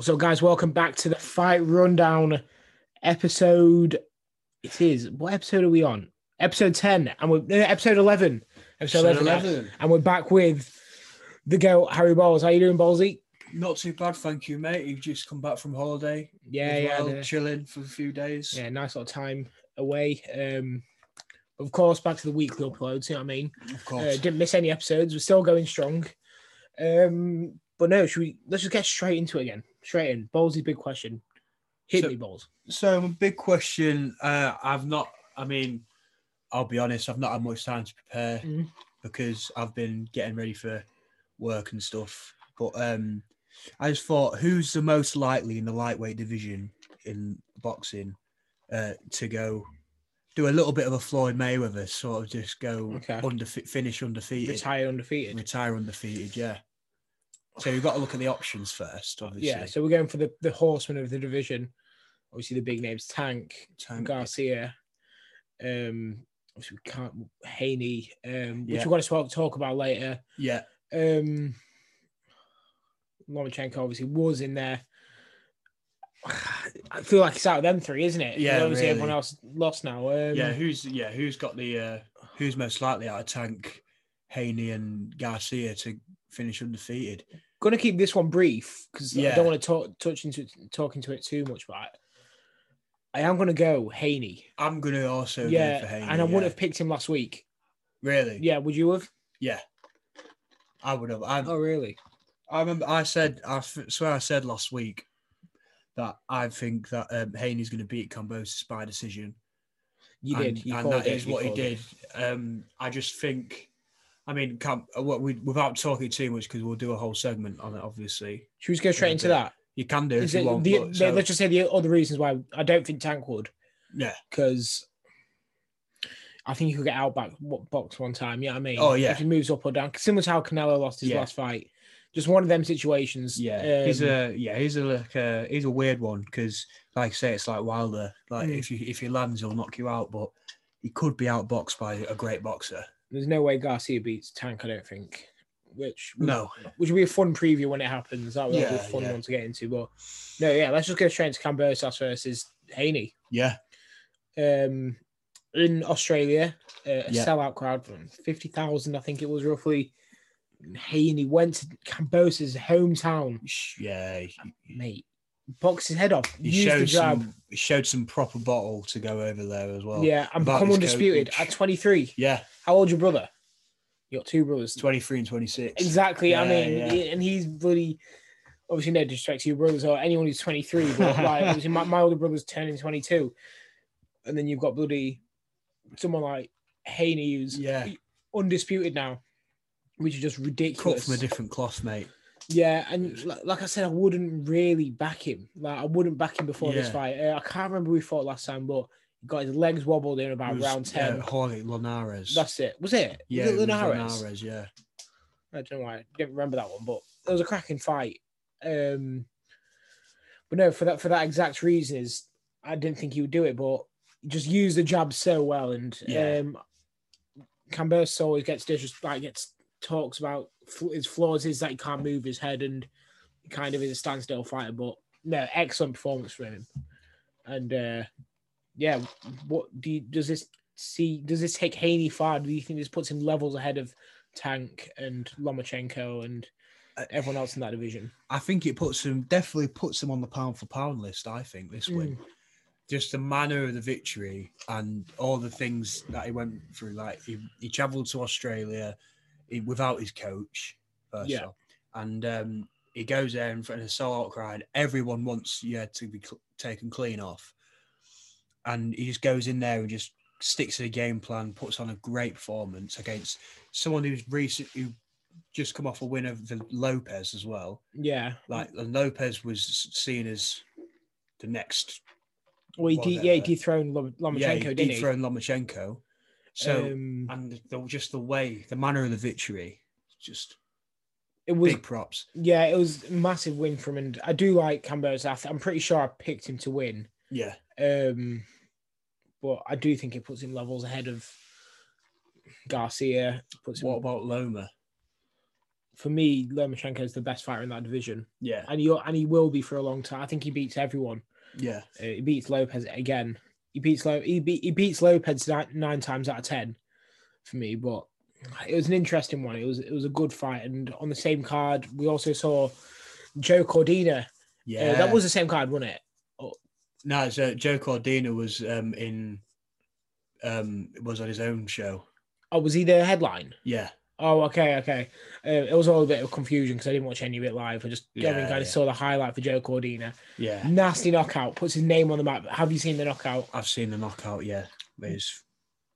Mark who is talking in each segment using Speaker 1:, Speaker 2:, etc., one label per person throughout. Speaker 1: So, guys, welcome back to the fight rundown episode. It is what episode are we on? Episode ten, and we're no, episode eleven. Episode,
Speaker 2: Episode
Speaker 1: 11,
Speaker 2: 11.
Speaker 1: and we're back with the girl Harry Balls. How you doing, Ballsy?
Speaker 2: Not too bad, thank you, mate. You've just come back from holiday.
Speaker 1: Yeah,
Speaker 2: as
Speaker 1: yeah,
Speaker 2: well,
Speaker 1: the-
Speaker 2: chilling for a few days.
Speaker 1: yeah. Nice little time away. Um, of course, back to the weekly uploads. You know what I mean?
Speaker 2: Of
Speaker 1: Uh,
Speaker 2: course.
Speaker 1: didn't miss any episodes. We're still going strong. Um, but no, should we? Let's just get straight into it again. Straight in. Ballsy, big question. Hit
Speaker 2: So-
Speaker 1: me, balls.
Speaker 2: so, a big question. Uh, I've not. I mean, I'll be honest. I've not had much time to prepare
Speaker 1: Mhm.
Speaker 2: because I've been getting ready for work and stuff. But um, I just thought, who's the most likely in the lightweight division in boxing uh, to go? Do a little bit of a Floyd Mayweather, sort of just go
Speaker 1: Okay.
Speaker 2: undefe- finish undefeated.
Speaker 1: Retire undefeated.
Speaker 2: retire undefeated. Yeah. So you've got to look at the options first, obviously.
Speaker 1: Yeah, so we're going for the, the horseman of the division. Obviously, the big names Tank,
Speaker 2: Tank.
Speaker 1: Garcia, um, obviously we can't Haney, um, which
Speaker 2: Yeah.
Speaker 1: we're going to talk, talk about later.
Speaker 2: Yeah.
Speaker 1: Um, Lomachenko obviously was in there. I feel like it's out of them three, isn't it? 'Cause
Speaker 2: Yeah,
Speaker 1: obviously
Speaker 2: really.
Speaker 1: everyone else lost now. Um,
Speaker 2: yeah. Who's yeah? Who's got the uh, who's most likely out of Tank, Haney, and Garcia to finish undefeated?
Speaker 1: going to keep this one brief because I
Speaker 2: Yeah.
Speaker 1: don't want to talk touch into it, talk into it too much, but I, I am going to go Haney.
Speaker 2: I'm gonna also go
Speaker 1: yeah,
Speaker 2: for Haney.
Speaker 1: and I
Speaker 2: yeah.
Speaker 1: wouldn't have picked him last week.
Speaker 2: really.
Speaker 1: Yeah, would you have?
Speaker 2: I would have. I,
Speaker 1: Oh, really?
Speaker 2: I remember I said I f- swear I said last week that I think that um, Haney's gonna beat Cambosis by decision.
Speaker 1: You
Speaker 2: and,
Speaker 1: did. You
Speaker 2: and
Speaker 1: called
Speaker 2: that
Speaker 1: it.
Speaker 2: is
Speaker 1: you
Speaker 2: what he
Speaker 1: called it.
Speaker 2: did. Um, I just think, I mean, can't, what we, without talking too much, because we'll do a whole segment on it. Obviously,
Speaker 1: Should we just go straight
Speaker 2: Yeah,
Speaker 1: into
Speaker 2: but
Speaker 1: that?
Speaker 2: you can do
Speaker 1: Is
Speaker 2: if you
Speaker 1: it
Speaker 2: want.
Speaker 1: the,
Speaker 2: but-
Speaker 1: the-
Speaker 2: so-
Speaker 1: let's just say the other reasons why I don't think Tank would,
Speaker 2: yeah,
Speaker 1: because I think he could get out back what box one time. You know what I mean?
Speaker 2: Oh, yeah.
Speaker 1: If he moves up or down, similar to how Canelo lost his
Speaker 2: Yeah.
Speaker 1: last fight. Just one of them situations.
Speaker 2: yeah. he's
Speaker 1: um,
Speaker 2: a yeah. He's a like a he's a weird one because, like I say, it's like Wilder. Like
Speaker 1: Mm.
Speaker 2: if you if he lands, he'll knock you out, but he could be outboxed by a great boxer.
Speaker 1: there's no way Garcia beats Tank. I don't think. Which would-
Speaker 2: No,
Speaker 1: which will be a fun preview when it happens. That would be a
Speaker 2: Yeah,
Speaker 1: fun
Speaker 2: yeah.
Speaker 1: one to get into. But no, yeah, let's just go straight into Cambosos versus Haney.
Speaker 2: yeah,
Speaker 1: um, in Australia, uh, a
Speaker 2: Yeah.
Speaker 1: sellout crowd from 50,000, I think it was roughly. Haney went to Cambosis' hometown,
Speaker 2: Sh- yeah. He,
Speaker 1: mate, boxed his head off,
Speaker 2: he
Speaker 1: used the
Speaker 2: showed
Speaker 1: jab,
Speaker 2: some he showed some proper bottle to go over there as well.
Speaker 1: yeah, and
Speaker 2: about
Speaker 1: become
Speaker 2: his
Speaker 1: undisputed
Speaker 2: coach.
Speaker 1: at 23.
Speaker 2: yeah.
Speaker 1: How old's your brother? You got two brothers.
Speaker 2: Twenty three and twenty six.
Speaker 1: Exactly. I
Speaker 2: Yeah,
Speaker 1: mean,
Speaker 2: yeah.
Speaker 1: and he's bloody. Obviously, no disrespect to your brothers or anyone who's 23, but like, obviously, my, my older brother's turning 22. And then you've got bloody someone like Haney who's
Speaker 2: Yeah.
Speaker 1: undisputed now, which is just
Speaker 2: cut
Speaker 1: ridiculous.
Speaker 2: from a different cloth, mate.
Speaker 1: yeah, and li- like I said, I wouldn't really back him. Like I wouldn't back him before this
Speaker 2: Yeah.
Speaker 1: fight. Uh, I can't remember who he fought last time, but he got his legs wobbled in
Speaker 2: It
Speaker 1: about
Speaker 2: was,
Speaker 1: round ten.
Speaker 2: Uh, Jorge Linares.
Speaker 1: That's it. Was it?
Speaker 2: yeah,
Speaker 1: was it
Speaker 2: it was
Speaker 1: Linares?
Speaker 2: Linares, Yeah,
Speaker 1: I don't know why I didn't remember that one, but it was a cracking fight. Um, but no, for that for that exact reason is I didn't think he would do it, but he just used the jab so well, and
Speaker 2: Yeah.
Speaker 1: um, Camberse always gets just like gets talks about fl- his flaws is that he can't move his head and he kind of is a standstill fighter, but no, excellent performance from him, and uh, yeah, what do you, does this see? Does this take Haney far? Do you think this puts him levels ahead of Tank and Lomachenko and
Speaker 2: Uh,
Speaker 1: everyone else in that division?
Speaker 2: I think it puts him definitely puts him on the pound for pound list. I think this win, just the manner of the victory and all the things that he went through. Like he, he travelled to Australia he, without his coach, first
Speaker 1: Yeah.
Speaker 2: off, and um, he goes there in front of a sellout crowd. Everyone wants yeah to be cl- taken clean off, and he just goes in there and just sticks to the game plan, puts on a great performance against someone who's recent who just come off a win over the Lopez as well.
Speaker 1: Yeah.
Speaker 2: Like
Speaker 1: Mm.
Speaker 2: and Lopez was seen as the next
Speaker 1: Well, he, de-
Speaker 2: whatever.
Speaker 1: yeah, he dethroned Lom- Lomachenko,
Speaker 2: uh, yeah, he
Speaker 1: didn't
Speaker 2: dethroned Lomachenko.
Speaker 1: he?
Speaker 2: So uh,
Speaker 1: um,
Speaker 2: and the, just the way, the manner of the victory, just
Speaker 1: it was
Speaker 2: big props.
Speaker 1: yeah, it was a massive win from and I do like Cambosos. I'm pretty sure I picked him to win.
Speaker 2: Yeah,
Speaker 1: Um, but I do think it puts him levels ahead of Garcia. Puts him,
Speaker 2: What about Loma?
Speaker 1: for me, Lomachenko is the best fighter in that division,
Speaker 2: Yeah,
Speaker 1: and he and he will be for a long time. I think he beats everyone.
Speaker 2: yeah,
Speaker 1: Uh, he beats Lopez again. He beats Lo- he, beat, he beats Lopez nine, nine times out of ten for me. But it was an interesting one. It was it was a good fight, and on the same card, we also saw Joe Cordina. Uh,
Speaker 2: yeah.
Speaker 1: that was the same card, wasn't it?
Speaker 2: no. So Joe Cordina was um in um was on his own show.
Speaker 1: Oh, was he the headline?
Speaker 2: Yeah,
Speaker 1: Oh, okay, okay. Uh, it was all a bit of confusion because I didn't watch any of it live. I just yeah,
Speaker 2: Yeah,
Speaker 1: kind of
Speaker 2: yeah.
Speaker 1: saw the highlight for Joe Cordina.
Speaker 2: yeah.
Speaker 1: Nasty knockout. Puts his name on the map. Have you seen the knockout?
Speaker 2: I've seen the knockout. Yeah, it's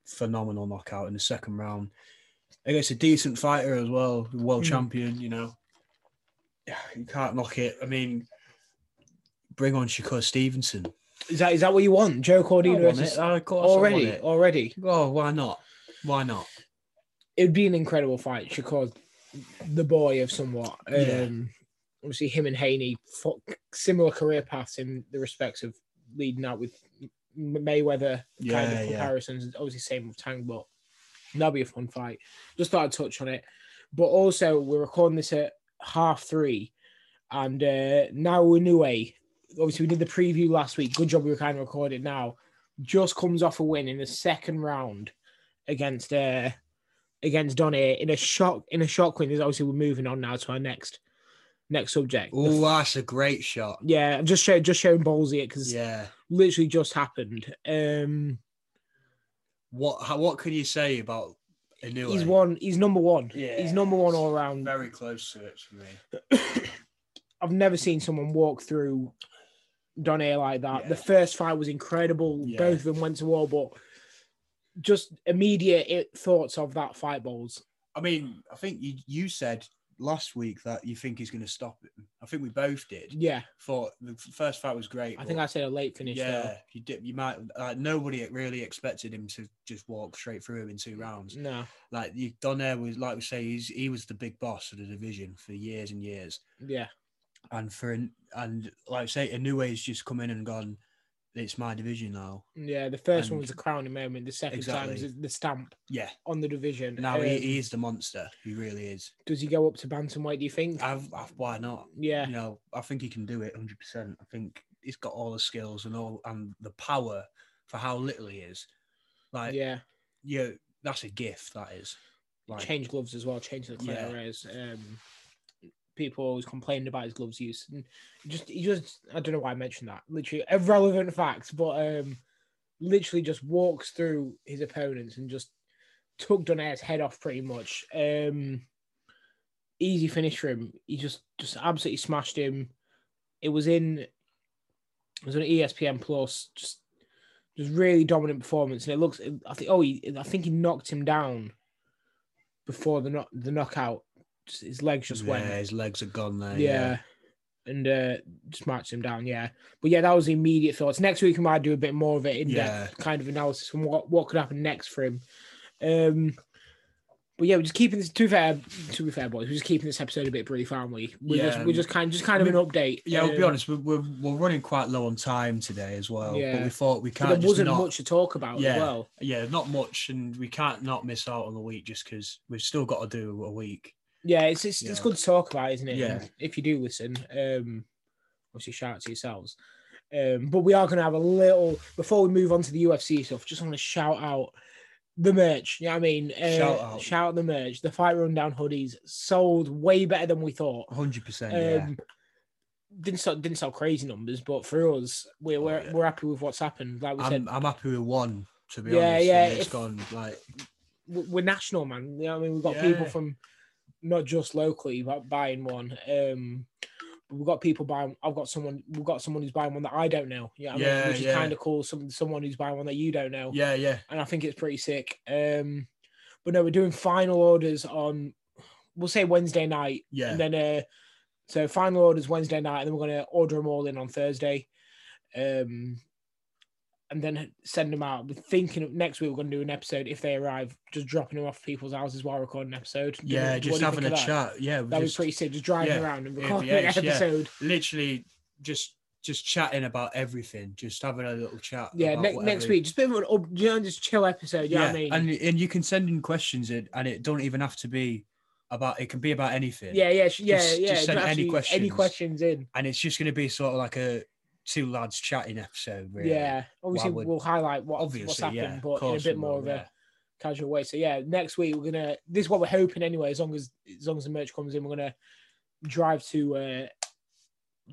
Speaker 2: phenomenal knockout in the second round. Against a decent fighter as well, world
Speaker 1: Mm.
Speaker 2: champion. You know, yeah, you can't knock it. I mean, bring on Shakur Stevenson.
Speaker 1: Is that is that what you want? Joe
Speaker 2: I
Speaker 1: Cordina
Speaker 2: want
Speaker 1: versus-
Speaker 2: it. Of course I want
Speaker 1: already,
Speaker 2: it.
Speaker 1: already.
Speaker 2: Oh, why not? Why not?
Speaker 1: It'd be an incredible fight. Shakur's the boy of somewhat. Um,
Speaker 2: Yeah.
Speaker 1: Obviously, him and Haney fo- similar career paths in the respects of leading out with M- Mayweather kind
Speaker 2: Yeah,
Speaker 1: of
Speaker 2: yeah.
Speaker 1: comparisons. Obviously, same with Tang, but that'll be a fun fight. Just thought I'd touch on it. But also, we're recording this at half three, and uh, now Inoue. Obviously, we did the preview last week. Good job we were kind of recording now. Just comes off a win in the second round against uh, against Donaire in a shock in a shock win. Is obviously we're moving on now to our next next subject. The
Speaker 2: Oh, that's a great shot.
Speaker 1: yeah, I'm just showing just showing ballsy it because
Speaker 2: Yeah.
Speaker 1: literally just happened. Um,
Speaker 2: What how, what can you say about Inoue?
Speaker 1: he's one. He's number one.
Speaker 2: Yeah.
Speaker 1: He's number one all around.
Speaker 2: very close to it for me.
Speaker 1: I've never seen someone walk through Donaire like that.
Speaker 2: Yeah.
Speaker 1: The first fight was incredible.
Speaker 2: Yeah.
Speaker 1: Both of them went to war, but just immediate it, thoughts of that fight, balls.
Speaker 2: I mean, I think you you said last week that you think he's going to stop him. I think we both did.
Speaker 1: Yeah,
Speaker 2: Thought the f- first fight was great.
Speaker 1: I
Speaker 2: but
Speaker 1: think I said a late finish.
Speaker 2: yeah,
Speaker 1: Yeah,
Speaker 2: you did. You might like nobody really expected him to just walk straight through him in two rounds.
Speaker 1: no,
Speaker 2: Like you, Donaire was like we say, he's he was the big boss of the division for years and years.
Speaker 1: yeah,
Speaker 2: and for an- and like I say, a new way's just come in and gone. It's my division now.
Speaker 1: yeah. The first one
Speaker 2: And-
Speaker 1: was the crowning moment. The second time
Speaker 2: Exactly.
Speaker 1: was the stamp
Speaker 2: Yeah,
Speaker 1: on the division.
Speaker 2: now
Speaker 1: Um,
Speaker 2: he, he is the monster. He really is.
Speaker 1: does he go up to bantamweight? Do you think?
Speaker 2: I've, I've, why not?
Speaker 1: yeah,
Speaker 2: You know, I think he can do it 100. percent I think he's got all the skills and all and the power for how little he is. Like, yeah,
Speaker 1: yeah.
Speaker 2: that's a gift. That is. Like,
Speaker 1: change gloves as well, change the clear
Speaker 2: Yeah.
Speaker 1: areas. Um, people always complained about his gloves use. And just he just I don't know why I mentioned that. Literally irrelevant facts, but um literally just walks through his opponents and just took Donaire's head off pretty much. Um easy finish for him. He just just absolutely smashed him. It was in it was on E ESPN plus just just really dominant performance and it looks I think oh he, I think he knocked him down before the knock the knockout. Just, his legs just
Speaker 2: yeah,
Speaker 1: went
Speaker 2: his legs are gone there.
Speaker 1: yeah. And uh, just march them down, yeah. But yeah, that was the immediate thoughts. Next week we might do a bit more of it in depth kind of analysis on what, what could happen next for him. Um but yeah, we're just keeping this to be fair to be fair, boys, we're just keeping this episode a bit brief, aren't we? We're
Speaker 2: Yeah.
Speaker 1: just we're just kind just kind of an update.
Speaker 2: Yeah, we'll be
Speaker 1: um,
Speaker 2: honest. We're, we're, we're running quite low on time today as well. But
Speaker 1: Yeah.
Speaker 2: we thought we
Speaker 1: but
Speaker 2: can't.
Speaker 1: there
Speaker 2: just
Speaker 1: wasn't
Speaker 2: not-
Speaker 1: much to talk about
Speaker 2: Yeah.
Speaker 1: as well.
Speaker 2: yeah, not much, and we can't not miss out on the week just because we've still got to do a week.
Speaker 1: Yeah, it's it's, it's
Speaker 2: Yeah.
Speaker 1: good to talk about, isn't it?
Speaker 2: Yeah.
Speaker 1: And If you do listen, um, obviously shout out to yourselves. Um, but we are going to have a little before we move on to the UFC stuff. Just want to shout out the merch. You know what I mean? Uh,
Speaker 2: Shout out.
Speaker 1: shout out the merch. The fight rundown hoodies sold way better than we thought.
Speaker 2: Hundred percent. Oh, Yeah.
Speaker 1: Um, didn't sell didn't sell crazy numbers, but for us, we're
Speaker 2: Oh,
Speaker 1: we're,
Speaker 2: yeah.
Speaker 1: we're happy with what's happened. Like we said,
Speaker 2: I'm, I'm happy with one. To be
Speaker 1: Yeah,
Speaker 2: honest,
Speaker 1: yeah,
Speaker 2: and it's
Speaker 1: if-
Speaker 2: gone like
Speaker 1: w- we're national, man. You know what I mean? We've got
Speaker 2: Yeah.
Speaker 1: people from not just locally, but buying one. Um, we've got people buying. I've got someone. We've got someone who's buying one that I don't know. You know what I
Speaker 2: Yeah,
Speaker 1: mean? Which is
Speaker 2: yeah.
Speaker 1: kind of cool. Some someone who's buying one that you don't know,
Speaker 2: yeah, yeah,
Speaker 1: and I think it's pretty sick. Um, but no, we're doing final orders on. We'll say Wednesday night,
Speaker 2: yeah.
Speaker 1: and then uh, so final orders Wednesday night, and then we're gonna order them all in on Thursday. Um. And then send them out. We're thinking of next week we're going to do an episode if they arrive, just dropping them off at people's houses while recording an episode. Do you-
Speaker 2: yeah,
Speaker 1: what do
Speaker 2: just
Speaker 1: you think
Speaker 2: having a
Speaker 1: of that?
Speaker 2: chat. Yeah, we
Speaker 1: That'd
Speaker 2: just
Speaker 1: be pretty sick. Just driving
Speaker 2: yeah,
Speaker 1: around and
Speaker 2: it'd be
Speaker 1: recording an
Speaker 2: ace, yeah.
Speaker 1: episode.
Speaker 2: literally just just chatting about everything, just having a little chat.
Speaker 1: Yeah,
Speaker 2: about
Speaker 1: next
Speaker 2: whatever.
Speaker 1: next week, just a bit of an up, you know, just chill episode. You know what I mean?
Speaker 2: and and you can send in questions, and and it don't even have to be about. It can be about anything.
Speaker 1: yeah, yeah, sh- yeah,
Speaker 2: just
Speaker 1: yeah. you
Speaker 2: send
Speaker 1: don't have
Speaker 2: any
Speaker 1: to- Any
Speaker 2: questions.
Speaker 1: questions in?
Speaker 2: and it's just going to be sort of like a two lads chatting episode. Really.
Speaker 1: Yeah, obviously
Speaker 2: Why would-
Speaker 1: we'll highlight what,
Speaker 2: obviously,
Speaker 1: what's happened,
Speaker 2: yeah. of
Speaker 1: but in a
Speaker 2: course
Speaker 1: bit
Speaker 2: we
Speaker 1: more
Speaker 2: will,
Speaker 1: of
Speaker 2: yeah.
Speaker 1: a casual way. So yeah, next week we're gonna. This is what we're hoping anyway. As long as as long as the merch comes in, we're gonna drive to uh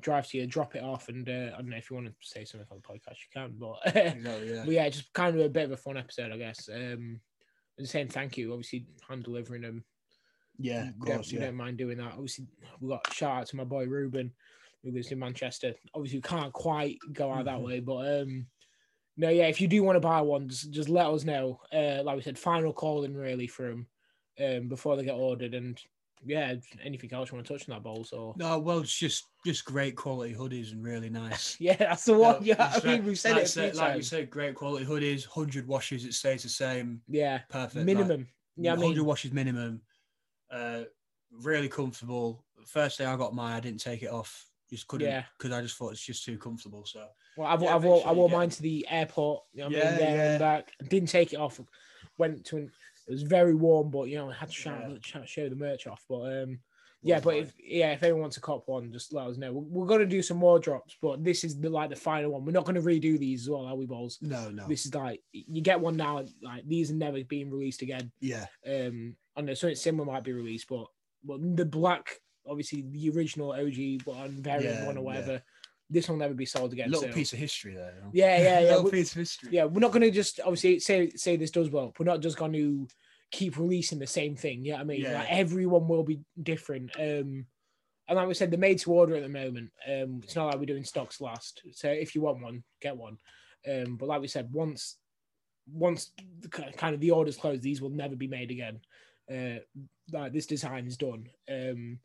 Speaker 1: drive to you, drop it off, and uh, I don't know if you want to say something on the podcast, you can. But
Speaker 2: Exactly, yeah.
Speaker 1: But yeah, just kind of a bit of a fun episode, I guess. Um, and saying thank you, obviously, hand delivering them.
Speaker 2: yeah, of
Speaker 1: we don't-
Speaker 2: course.
Speaker 1: we
Speaker 2: Yeah.
Speaker 1: don't mind doing that. Obviously, we got shout out to my boy Ruben, who lives in Manchester. Obviously, we can't quite go out that
Speaker 2: Mhm.
Speaker 1: way, but um, no, yeah. If you do want to buy one, just, just let us know. Uh, like we said, final calling really from um before they get ordered, and yeah, anything else you want to touch on that bowls or.
Speaker 2: No, well, it's just just great quality hoodies and really nice.
Speaker 1: Yeah, that's the one.
Speaker 2: No,
Speaker 1: yeah, I
Speaker 2: it's
Speaker 1: think
Speaker 2: like-
Speaker 1: we've said
Speaker 2: like
Speaker 1: it a few
Speaker 2: said- Like we
Speaker 1: times.
Speaker 2: said, great quality hoodies, hundred washes, it stays the same.
Speaker 1: yeah,
Speaker 2: Perfect. like,
Speaker 1: minimum. Yeah, I mean,
Speaker 2: 100 washes minimum. Uh, really comfortable. First day I got mine, I didn't take it off. Just couldn't
Speaker 1: Yeah.
Speaker 2: because I just thought it's just too comfortable. So
Speaker 1: Well, I've,
Speaker 2: Yeah,
Speaker 1: I've
Speaker 2: make
Speaker 1: wore,
Speaker 2: sure
Speaker 1: I
Speaker 2: you
Speaker 1: wore
Speaker 2: get
Speaker 1: mine to the airport. You know what I mean?
Speaker 2: Yeah,
Speaker 1: There and
Speaker 2: yeah.
Speaker 1: back. Didn't take it off. Went to an, it was very warm, but you know, I had to shout,
Speaker 2: Yeah.
Speaker 1: shout- show the merch off. But um, yeah,
Speaker 2: Love
Speaker 1: but
Speaker 2: mine.
Speaker 1: if yeah, if anyone wants a cop one, just let us know. We're, we're gonna do some more drops, but this is the like the final one. We're not gonna redo these as well, are we, balls?
Speaker 2: no, no,
Speaker 1: This is like you get one now. Like these are never being released again.
Speaker 2: yeah,
Speaker 1: Um, I know something similar might be released, but but the black, obviously the original OG one, variant
Speaker 2: Yeah,
Speaker 1: one or
Speaker 2: yeah.
Speaker 1: whatever. This will never be sold again.
Speaker 2: little
Speaker 1: so-
Speaker 2: piece of history there. you know?
Speaker 1: Yeah, yeah, yeah.
Speaker 2: little
Speaker 1: We-
Speaker 2: piece of history.
Speaker 1: yeah, we're not going to just obviously say say this does well. We're not just going to keep releasing the same thing. You know what I mean?
Speaker 2: Yeah.
Speaker 1: Like everyone will be different. Um, and like we said, they're made to order at the moment. Um, it's not like we're doing stocks last. So if you want one, get one. Um, but like we said, once once the, ki- kind of the orders closed, these will never be made again. Uh, like this design is done. Um,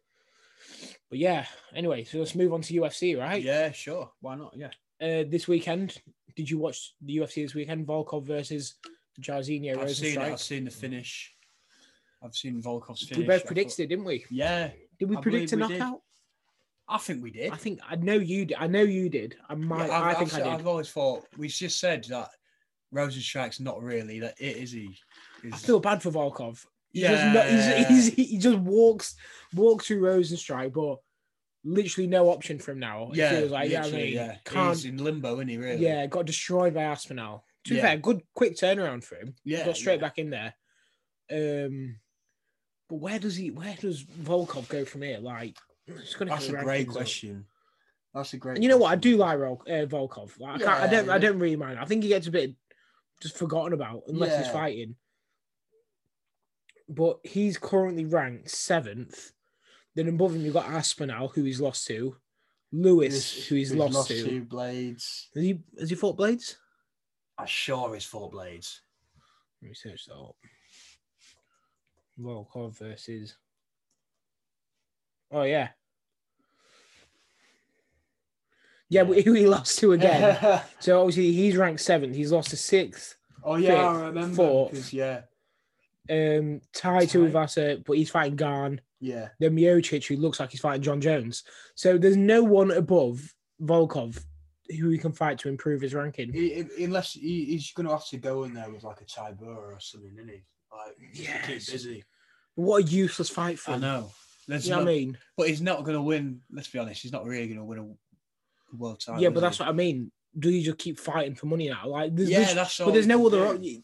Speaker 1: but yeah. Anyway, so let's move on to UFC, right?
Speaker 2: yeah, sure. Why not? Yeah.
Speaker 1: uh, this weekend. Did you watch the UFC this weekend? Volkov versus Jarzinho
Speaker 2: I've seen it. I've
Speaker 1: Rosenstrike.
Speaker 2: seen the finish. I've seen Volkov's finish.
Speaker 1: We
Speaker 2: I
Speaker 1: both
Speaker 2: thought-
Speaker 1: predicted it, didn't we?
Speaker 2: Yeah,
Speaker 1: Did we
Speaker 2: I
Speaker 1: predict a
Speaker 2: believe we did.
Speaker 1: knockout?
Speaker 2: I think we did.
Speaker 1: I think I know you did. I know you did. I might.
Speaker 2: Yeah, I've,
Speaker 1: I, think
Speaker 2: I've,
Speaker 1: I
Speaker 2: have
Speaker 1: did.
Speaker 2: always thought we just said that Rosenstrike's not really that. It is he.
Speaker 1: I
Speaker 2: Is-
Speaker 1: feel bad for Volkov. He
Speaker 2: yeah,
Speaker 1: just, not, he's, he's, he just walks walks through Rosenstrike, but literally no option from now. It
Speaker 2: yeah,
Speaker 1: feels like yeah, I
Speaker 2: literally,
Speaker 1: mean,
Speaker 2: yeah.
Speaker 1: can't.
Speaker 2: He's in limbo, isn't he? Really?
Speaker 1: Yeah, got destroyed by Aspinall. To be
Speaker 2: Yeah.
Speaker 1: fair, good quick turnaround for him.
Speaker 2: yeah.
Speaker 1: got straight
Speaker 2: yeah.
Speaker 1: back in there. Um, but where does he? Where does Volkov go from here? Like, it's gonna
Speaker 2: That's
Speaker 1: go
Speaker 2: a great
Speaker 1: rankings up.
Speaker 2: question. That's a great.
Speaker 1: And you know what? I do like
Speaker 2: question.
Speaker 1: Vol- uh, Volkov. Like, I, can't, I
Speaker 2: Yeah,
Speaker 1: don't. I
Speaker 2: yeah.
Speaker 1: don't really mind. I think he gets a bit just forgotten about unless he's
Speaker 2: Yeah.
Speaker 1: fighting. But he's currently ranked seventh. Then above him, you've got Aspinall, who he's lost to, Lewis, who he's, lost, to.
Speaker 2: Blades.
Speaker 1: Has he? Has he fought Blades?
Speaker 2: I sure is four blades.
Speaker 1: Let me search that up. Volkov versus. Oh yeah. Yeah, but who he lost to again. so obviously he's ranked seventh. He's lost to sixth.
Speaker 2: oh
Speaker 1: yeah, I Fifth, remember, fourth. because,
Speaker 2: yeah,
Speaker 1: Um, tied to
Speaker 2: Tied.
Speaker 1: Ivasa, but he's fighting Garn.
Speaker 2: yeah.
Speaker 1: Then Miocic, who looks like he's fighting John Jones. So there's no one above Volkov who he can fight to improve his ranking.
Speaker 2: unless he, he's going to have to go in there with like a Tibur or something, isn't he? Like, just to
Speaker 1: Yes.
Speaker 2: keep busy.
Speaker 1: What a useless fight for
Speaker 2: I
Speaker 1: him.
Speaker 2: know. There's
Speaker 1: You know
Speaker 2: no-
Speaker 1: what I mean?
Speaker 2: But he's not going to win. Let's be honest. He's not really going to win a world title.
Speaker 1: yeah,
Speaker 2: is
Speaker 1: but that's
Speaker 2: he?
Speaker 1: what I mean. Do you just keep fighting for money now? Like, there's,
Speaker 2: yeah,
Speaker 1: there's-
Speaker 2: that's all.
Speaker 1: but there's no
Speaker 2: you
Speaker 1: other.
Speaker 2: do.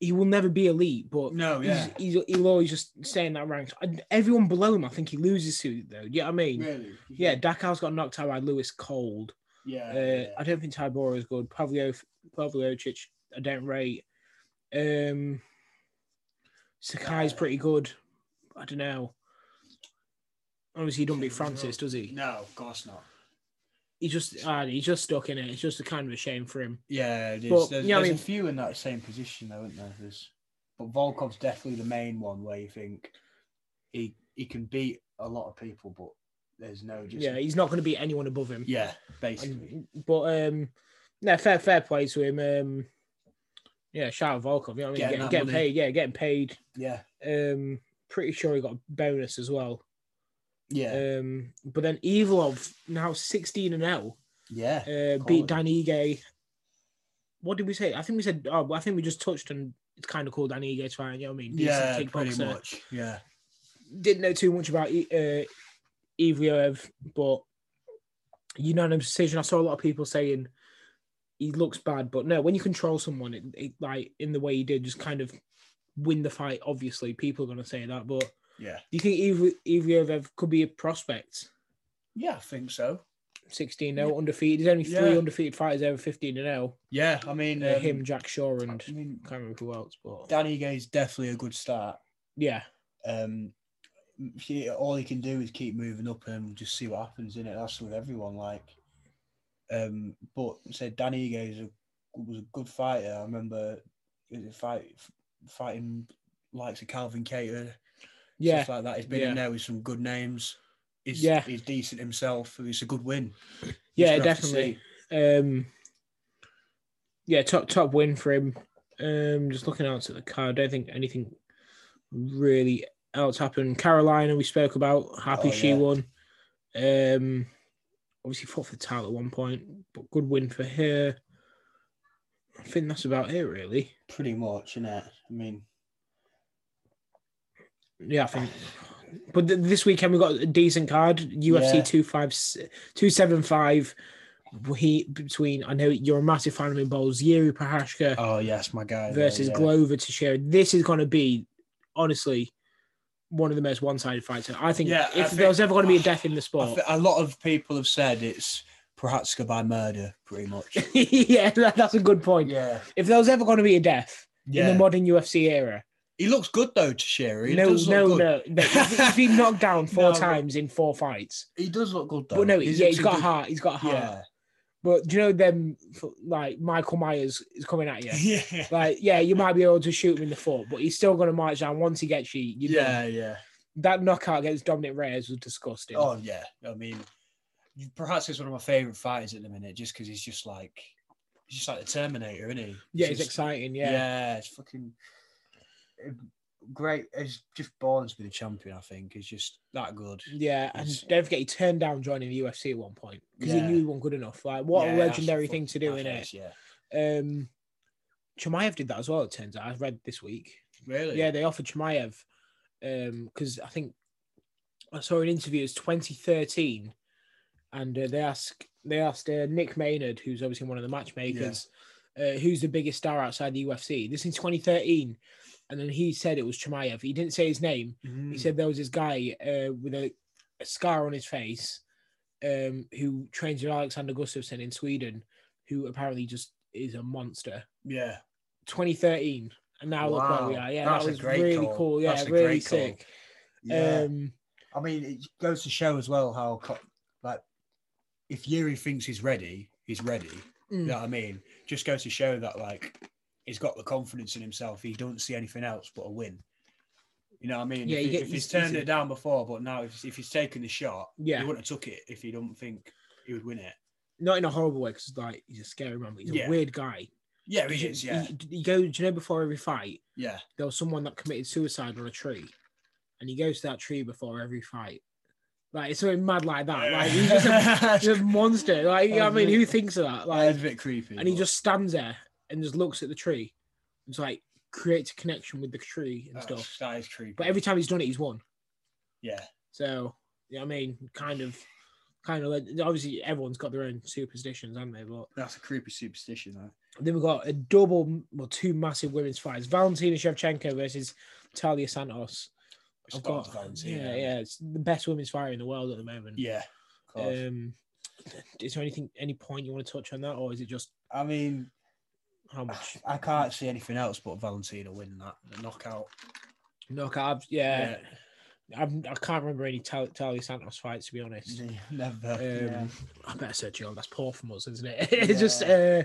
Speaker 1: He will never be elite, but
Speaker 2: No, yeah,
Speaker 1: he's, he's, he'll always just stay in that ranks. And everyone below him, I think he loses to though. You know what I mean?
Speaker 2: really.
Speaker 1: Yeah, Dakow's got knocked out by Lewis Cold.
Speaker 2: yeah.
Speaker 1: Uh,
Speaker 2: Oh, yeah.
Speaker 1: I don't think Tybora is good. Pavlo Pavlocic, I don't rate. Um, Sakai's
Speaker 2: Yeah.
Speaker 1: pretty good. I don't know. Obviously, he doesn't beat Francis, does he?
Speaker 2: No, of course not.
Speaker 1: He just uh, he's just stuck in it. It's just a kind of a shame for him.
Speaker 2: Yeah, it is.
Speaker 1: But,
Speaker 2: there's
Speaker 1: you know what I
Speaker 2: there's
Speaker 1: mean?
Speaker 2: a few in that same position, though, isn't there? There's, but Volkov's definitely the main one where you think he he can beat a lot of people, but there's no just
Speaker 1: yeah, he's not going to beat anyone above him.
Speaker 2: yeah, basically.
Speaker 1: And- but um, no, fair fair play to him. Um, yeah, shout out Volkov. You know what I mean?
Speaker 2: Getting
Speaker 1: Getting,
Speaker 2: that
Speaker 1: getting
Speaker 2: money.
Speaker 1: paid. Yeah, getting paid.
Speaker 2: yeah,
Speaker 1: Um, pretty sure he got a bonus as well.
Speaker 2: yeah,
Speaker 1: uh, Um, but then Evlov now sixteen and zero.
Speaker 2: Yeah.
Speaker 1: Uh,
Speaker 2: Quality.
Speaker 1: beat Danny Ige. What did we say? I think we said. Oh, I think we just touched on. It's kind of cool, Danny Ige's fine. You know what I mean?
Speaker 2: Yeah,
Speaker 1: Decent
Speaker 2: pretty
Speaker 1: kickboxer.
Speaker 2: much. Yeah.
Speaker 1: Didn't know too much about I- uh, Ivliev, but unanimous decision. I saw a lot of people saying he looks bad, but no, when you control someone, it, it like in the way he did, just kind of win the fight. Obviously, people are gonna say that, but
Speaker 2: Yeah.
Speaker 1: do you think Ivliev could be a prospect?
Speaker 2: Yeah, I think so.
Speaker 1: 16 0 undefeated. There's only three
Speaker 2: Yeah.
Speaker 1: undefeated fighters over 15 and 0.
Speaker 2: Yeah, I mean,
Speaker 1: Uh,
Speaker 2: um,
Speaker 1: him, Jack Shaw, and
Speaker 2: I mean,
Speaker 1: can't remember who else, but
Speaker 2: Danny Gay's definitely a good start.
Speaker 1: yeah,
Speaker 2: Um, he, all he can do is keep moving up and just see what happens in it. That's with everyone. Like, um, but say Danny Gay is a, was a good fighter. I remember he was a fight fighting likes of Calvin Cater,
Speaker 1: yeah,
Speaker 2: stuff like that. He's been
Speaker 1: Yeah.
Speaker 2: in there with some good names. He's,
Speaker 1: Yeah.
Speaker 2: he's decent himself. It's a good win.
Speaker 1: yeah,
Speaker 2: Just gonna have to
Speaker 1: definitely.
Speaker 2: see.
Speaker 1: Um, yeah, top top win for him. Um, just looking out at the card, I don't think anything really else happened. Carolina, we spoke about, happy
Speaker 2: Oh,
Speaker 1: she
Speaker 2: yeah.
Speaker 1: won. Um, obviously fought for the title at one point, but good win for her. I think that's about it, really.
Speaker 2: Pretty much, innit? I mean,
Speaker 1: Yeah, I think. But th- this weekend we got a decent card. UFC
Speaker 2: Yeah.
Speaker 1: 257 275. He between I know you're a massive fan of him, Bowles. Yuri Prohashka
Speaker 2: oh yes, my guy. there,
Speaker 1: versus
Speaker 2: yeah.
Speaker 1: Glover to share. This is going to be honestly one of the most one-sided fights. I think
Speaker 2: Yeah, I
Speaker 1: if there
Speaker 2: think-
Speaker 1: was ever going to be a death in the
Speaker 2: I
Speaker 1: sport,
Speaker 2: thi- a lot of people have said it's Prohatska by murder, pretty much.
Speaker 1: yeah, that, that's a good point.
Speaker 2: yeah.
Speaker 1: If there was ever going to be a death
Speaker 2: Yeah.
Speaker 1: in the modern UFC era,
Speaker 2: he looks good though, Tashiri. He
Speaker 1: no,
Speaker 2: does
Speaker 1: no,
Speaker 2: look
Speaker 1: no,
Speaker 2: good.
Speaker 1: no. He's he's been knocked down four
Speaker 2: No, but-
Speaker 1: times in four fights.
Speaker 2: He does look good though.
Speaker 1: But no, yeah, he's
Speaker 2: actually
Speaker 1: got a
Speaker 2: good-
Speaker 1: heart. He's got a heart.
Speaker 2: Yeah.
Speaker 1: But do you know them f- like Michael Myers is coming at you?
Speaker 2: Yeah.
Speaker 1: Like, yeah, you might be able to shoot him in the foot, but he's still gonna march down once he gets you. you know.
Speaker 2: yeah, yeah.
Speaker 1: That knockout against Dominic Reyes was disgusting.
Speaker 2: Oh yeah. I mean perhaps he's one of my favourite fighters at the minute, just because he's just like he's just like the Terminator, isn't he?
Speaker 1: yeah, it's
Speaker 2: Just-
Speaker 1: exciting.
Speaker 2: Yeah.
Speaker 1: Yeah. yeah.
Speaker 2: it's fucking eh, great. It's just born to be the champion, I think. He's just that good.
Speaker 1: and
Speaker 2: It's-
Speaker 1: don't forget he turned down joining the UFC at one point because
Speaker 2: Yeah.
Speaker 1: he knew he wasn't good enough. Like, what
Speaker 2: Yeah,
Speaker 1: a
Speaker 2: that's
Speaker 1: legendary
Speaker 2: fucking
Speaker 1: thing to do in it.
Speaker 2: badass, Yeah.
Speaker 1: Um, Chimaev did that as well. It turns out I read this week.
Speaker 2: Really?
Speaker 1: Yeah, they offered Chimaev because I think I saw an interview. It's 2013, and uh, they ask they asked uh, Nick Maynard, who's obviously one of the matchmakers, uh, who's the biggest star outside the UFC. This in 2013, and then he said it was Chimaev. He didn't say his name. He
Speaker 2: Mm.
Speaker 1: said there was this guy uh, with a, a scar on his face um, who trains with Alexander Gustafsson in Sweden, who apparently just is a monster.
Speaker 2: Yeah.
Speaker 1: 2013, and now look where we
Speaker 2: Wow,
Speaker 1: are. Yeah,
Speaker 2: that's
Speaker 1: that
Speaker 2: a
Speaker 1: was
Speaker 2: great
Speaker 1: really
Speaker 2: call.
Speaker 1: cool. Yeah,
Speaker 2: That's a
Speaker 1: really
Speaker 2: great call.
Speaker 1: sick.
Speaker 2: Yeah.
Speaker 1: Um,
Speaker 2: I mean, it goes to show as well how, co- like, if Yuri thinks he's ready, he's ready. You
Speaker 1: mm,
Speaker 2: know what I mean? Just goes to show that, like, he's got the confidence in himself. He doesn't see anything else but a win. You know what I mean?
Speaker 1: Yeah,
Speaker 2: if,
Speaker 1: you
Speaker 2: he-
Speaker 1: get-
Speaker 2: if
Speaker 1: you
Speaker 2: he's
Speaker 1: see-
Speaker 2: turned it down before, but now if, if he's taken the shot,
Speaker 1: yeah,
Speaker 2: he wouldn't have took it if he didn't think he would win it.
Speaker 1: not in a horrible way because like he's a scary man, but he's
Speaker 2: Yeah.
Speaker 1: a weird guy.
Speaker 2: Yeah,
Speaker 1: Because
Speaker 2: he is. Yeah,
Speaker 1: He, he goes, do you know, before every fight,
Speaker 2: yeah,
Speaker 1: there was someone that committed suicide on a tree, and he goes to that tree before every fight. Like it's something mad like that. Like he's just a, he's a monster. Like you know what I mean, who thinks of that?
Speaker 2: That is
Speaker 1: Like,
Speaker 2: a bit creepy.
Speaker 1: and he
Speaker 2: but-
Speaker 1: just stands there and just looks at the tree. It's like creates a connection with the tree and
Speaker 2: that's-
Speaker 1: stuff.
Speaker 2: That is creepy.
Speaker 1: But every time he's done it, he's won.
Speaker 2: yeah,
Speaker 1: So, you know what I mean, kind of, kind of like obviously everyone's got their own superstitions, haven't they? But
Speaker 2: that's a creepy superstition. Though.
Speaker 1: then we've got a double or two massive women's fights Valentina Shevchenko versus Talia Santos.
Speaker 2: It's
Speaker 1: I've
Speaker 2: got
Speaker 1: got,
Speaker 2: Valentina.
Speaker 1: yeah, yeah, it's the best women's fight in the world at the moment.
Speaker 2: yeah. of course.
Speaker 1: Um, is there anything, any point you want to touch on that, or is it just
Speaker 2: I mean,
Speaker 1: how much
Speaker 2: I can't see anything else but Valentina winning that the knockout.
Speaker 1: knockout? Yeah, I'm, I can't remember any Tal- Talia Santos fights to be honest.
Speaker 2: Yeah, never.
Speaker 1: Um, I better search it on. That's poor from us, isn't it?
Speaker 2: Yeah.
Speaker 1: it's just. Uh,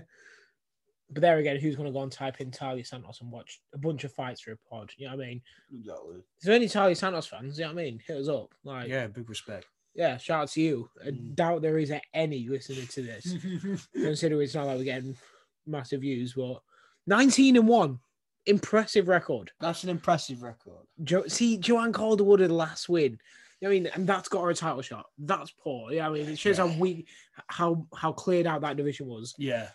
Speaker 1: but there again, who's going to go and type in Talia Santos and watch a bunch of fights for a pod? You know what I mean?
Speaker 2: Exactly.
Speaker 1: Is there any Talia Santos fans? You know what I mean? Hit us up. Like, yeah,
Speaker 2: Yeah, big respect.
Speaker 1: shout out to you. I
Speaker 2: Mm.
Speaker 1: doubt there is any listening to this. Considering it's not like we're getting massive views, but 19 and 1. Impressive record.
Speaker 2: That's an impressive record.
Speaker 1: Jo- See, Joanne Calderwood had the last win. I mean, and that's got her a title shot. That's poor. Yeah, I mean, it shows how weak, how how cleared out that division was.
Speaker 2: Yeah.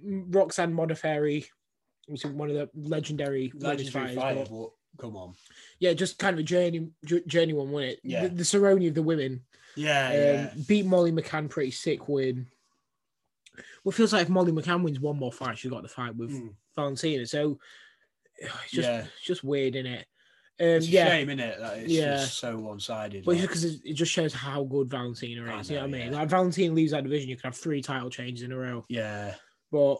Speaker 1: Roxanne Modafferi was one of the legendary, women's
Speaker 2: Legendary
Speaker 1: fighters,
Speaker 2: fighter,
Speaker 1: but-
Speaker 2: but come on.
Speaker 1: yeah, just kind of a journey, j- journey one, wasn't it?
Speaker 2: Yeah.
Speaker 1: The, the Cerrone of the women
Speaker 2: Yeah,
Speaker 1: um, beat Molly McCann, pretty sick win. Well, it feels like if Molly McCann wins one more fight, she's got the fight with
Speaker 2: Mm.
Speaker 1: Valentina. So it's just,
Speaker 2: Yeah.
Speaker 1: it's just weird, isn't it? Um,
Speaker 2: It's a
Speaker 1: yeah,
Speaker 2: shame, innit? That it's
Speaker 1: Yeah.
Speaker 2: just so one sided.
Speaker 1: But because it, it just shows how good Valentina
Speaker 2: I
Speaker 1: is. you know
Speaker 2: know,
Speaker 1: what I mean?
Speaker 2: yeah.
Speaker 1: Like Valentina leaves that division, you can have three title changes in a row.
Speaker 2: yeah,
Speaker 1: But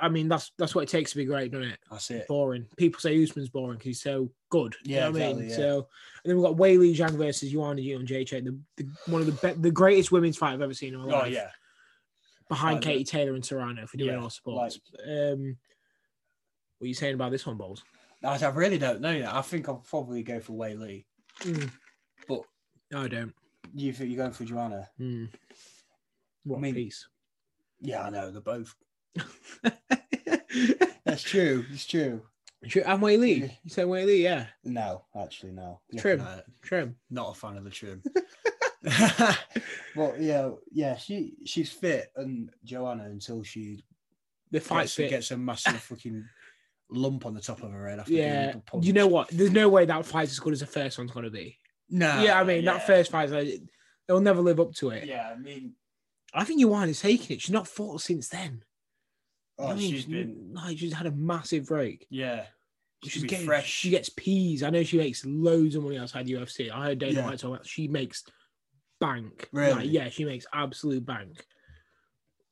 Speaker 1: I mean, that's that's what it takes to be great, doesn't it?
Speaker 2: that's it.
Speaker 1: Boring. People say Usman's boring because he's so good. You
Speaker 2: Yeah,
Speaker 1: know what I
Speaker 2: exactly,
Speaker 1: mean?
Speaker 2: yeah.
Speaker 1: So and then we've got Wei Li Zhang versus Yuan Yun Jacek, the, the one of the be- the greatest women's fight I've ever seen in my
Speaker 2: Oh
Speaker 1: life.
Speaker 2: yeah,
Speaker 1: Behind
Speaker 2: Like that.
Speaker 1: Katie Taylor and Serrano for doing
Speaker 2: Yeah,
Speaker 1: all sports. Um what are you saying about this one, Bowles?
Speaker 2: I, I really don't know. That. I think I'll probably go for Wei Lee.
Speaker 1: Mm.
Speaker 2: But
Speaker 1: No, I don't.
Speaker 2: you think you're going for Joanna?
Speaker 1: Mm. What
Speaker 2: I mean-
Speaker 1: piece?
Speaker 2: Yeah, I know. They're both. That's true. It's true.
Speaker 1: And Wei Li. You said Wei Li, yeah.
Speaker 2: No, actually, no.
Speaker 1: Trim.
Speaker 2: No,
Speaker 1: Trim.
Speaker 2: not a fan of the trim. well, yeah, yeah. She she's fit and Joanna until she
Speaker 1: The fight
Speaker 2: gets,
Speaker 1: fit.
Speaker 2: gets a massive fucking lump on the top of her head. After
Speaker 1: yeah.
Speaker 2: being punched.
Speaker 1: You know what? There's no way that fight's as good as the first one's gonna be.
Speaker 2: No.
Speaker 1: yeah, I mean that first fight's like, they'll never live up to it.
Speaker 2: Uh, Yeah, I mean,
Speaker 1: I think Yuan is taking it. She's not fought since then.
Speaker 2: oh,
Speaker 1: I mean,
Speaker 2: she's been.
Speaker 1: like she's had a massive break.
Speaker 2: Yeah,
Speaker 1: She's
Speaker 2: she's
Speaker 1: getting
Speaker 2: fresh.
Speaker 1: she gets peas. I know she makes loads of money outside the UFC. I heard Dana
Speaker 2: Yeah.
Speaker 1: White talk about she makes bank.
Speaker 2: Really?
Speaker 1: Like, yeah, she makes absolute bank.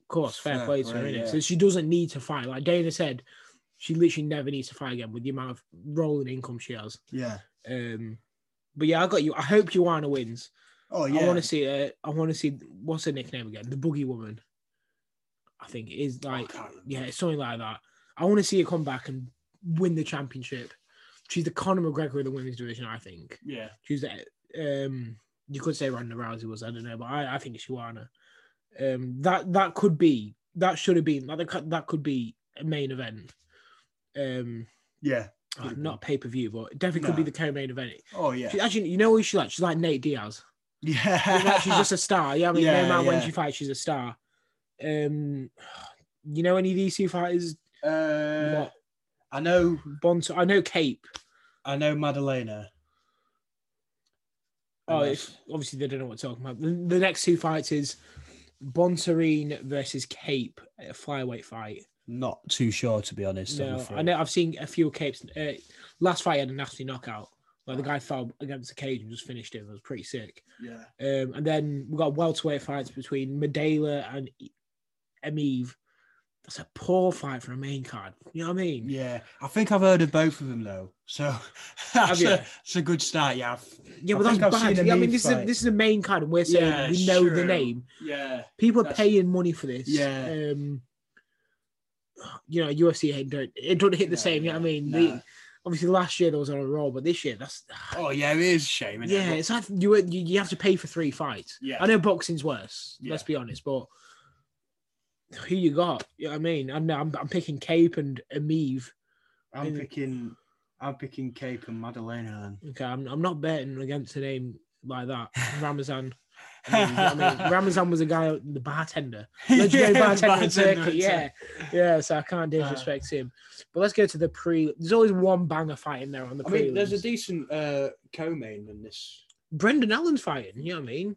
Speaker 1: Of course, fair,
Speaker 2: Fair
Speaker 1: play to her,
Speaker 2: play,
Speaker 1: innit?
Speaker 2: yeah.
Speaker 1: So she doesn't need to fight. Like Dana said, she literally never needs to fight again with the amount of rolling income she has.
Speaker 2: yeah.
Speaker 1: Um, but yeah, I got you. I hope Joanna wins.
Speaker 2: Oh yeah.
Speaker 1: I want to see. Uh, I want to see what's her nickname again? The Boogie Woman. I think it is
Speaker 2: I
Speaker 1: like
Speaker 2: can't remember.
Speaker 1: yeah, it's something like that. I want to see her come back and win the championship. She's the Conor McGregor of the women's division. I think
Speaker 2: Yeah.
Speaker 1: she's the. Um, you could say Ronda Rousey was. I don't know, but I, I think it's Joanna. Um, that that could be. That should have been. That could- that could be a main event. Um,
Speaker 2: Yeah.
Speaker 1: uh,
Speaker 2: Could have
Speaker 1: not pay per view, but it definitely could
Speaker 2: No.
Speaker 1: be the co-main event.
Speaker 2: Oh yeah.
Speaker 1: She, actually, you know what she's like? She's like Nate Diaz.
Speaker 2: Yeah.
Speaker 1: You know, she's just a star. Yeah, I mean,
Speaker 2: Yeah,
Speaker 1: no matter when
Speaker 2: yeah.
Speaker 1: she fights, she's a star. Um, you know any of these two fighters?
Speaker 2: Uh,
Speaker 1: What?
Speaker 2: I know.
Speaker 1: Bonto, I know Cape.
Speaker 2: I know Madalena.
Speaker 1: Oh,
Speaker 2: And
Speaker 1: it's, obviously they don't know what they're talking about. The, the next two fights is Bontarine versus Cape, a flyweight fight.
Speaker 2: Not too sure to be honest. I'm
Speaker 1: No,
Speaker 2: afraid.
Speaker 1: I know I've seen a few Capes. Uh, last fight had a nasty knockout. Like the guy fell against the cage and just finished him. It was pretty sick.
Speaker 2: Yeah.
Speaker 1: Um, and then we've got welterweight fights between Medela and Emiv. That's a poor fight for a main card. You know what I mean?
Speaker 2: Yeah. I think I've heard of both of them though. So that's
Speaker 1: you?
Speaker 2: a, it's a good start. Yeah. I've-
Speaker 1: Yeah,
Speaker 2: I
Speaker 1: but
Speaker 2: think I've
Speaker 1: that's bad.
Speaker 2: seen
Speaker 1: Yeah, I mean,
Speaker 2: Emiv
Speaker 1: this is a,
Speaker 2: fight.
Speaker 1: this is a main card, and we're saying
Speaker 2: Yeah,
Speaker 1: we know the
Speaker 2: sure.
Speaker 1: name.
Speaker 2: Yeah.
Speaker 1: People are
Speaker 2: That's-
Speaker 1: paying money for this.
Speaker 2: Yeah.
Speaker 1: Um, you know, UFC ain't don't it don't hit the
Speaker 2: No,
Speaker 1: same. You know what I
Speaker 2: yeah,
Speaker 1: mean?
Speaker 2: no.
Speaker 1: They- obviously, last year there was on a roll, but this year that's
Speaker 2: Oh yeah, it is a shame. Isn't
Speaker 1: yeah,
Speaker 2: It?
Speaker 1: it's like you you you have to pay for three fights.
Speaker 2: Yeah.
Speaker 1: I know boxing's worse. Let's
Speaker 2: Yeah.
Speaker 1: be honest, but who you got? You know what I mean, I know I'm, I'm picking Cape and Amiv.
Speaker 2: I'm picking. I'm picking Cape and Madalena
Speaker 1: Okay, I'm, I'm not betting against a name like that. Ramazan. I
Speaker 2: then.
Speaker 1: mean, you know what I mean? Ramazan was a guy, the bartender, legendary bartender, in Turkey. Yeah, yeah. So I
Speaker 2: Uh.
Speaker 1: can't disrespect him. But let's go to the pre. There's always one banger fight in there on the
Speaker 2: I
Speaker 1: pre.
Speaker 2: mean, there's a decent uh, co-main in this.
Speaker 1: Brendan Allen's fighting. You know what I mean?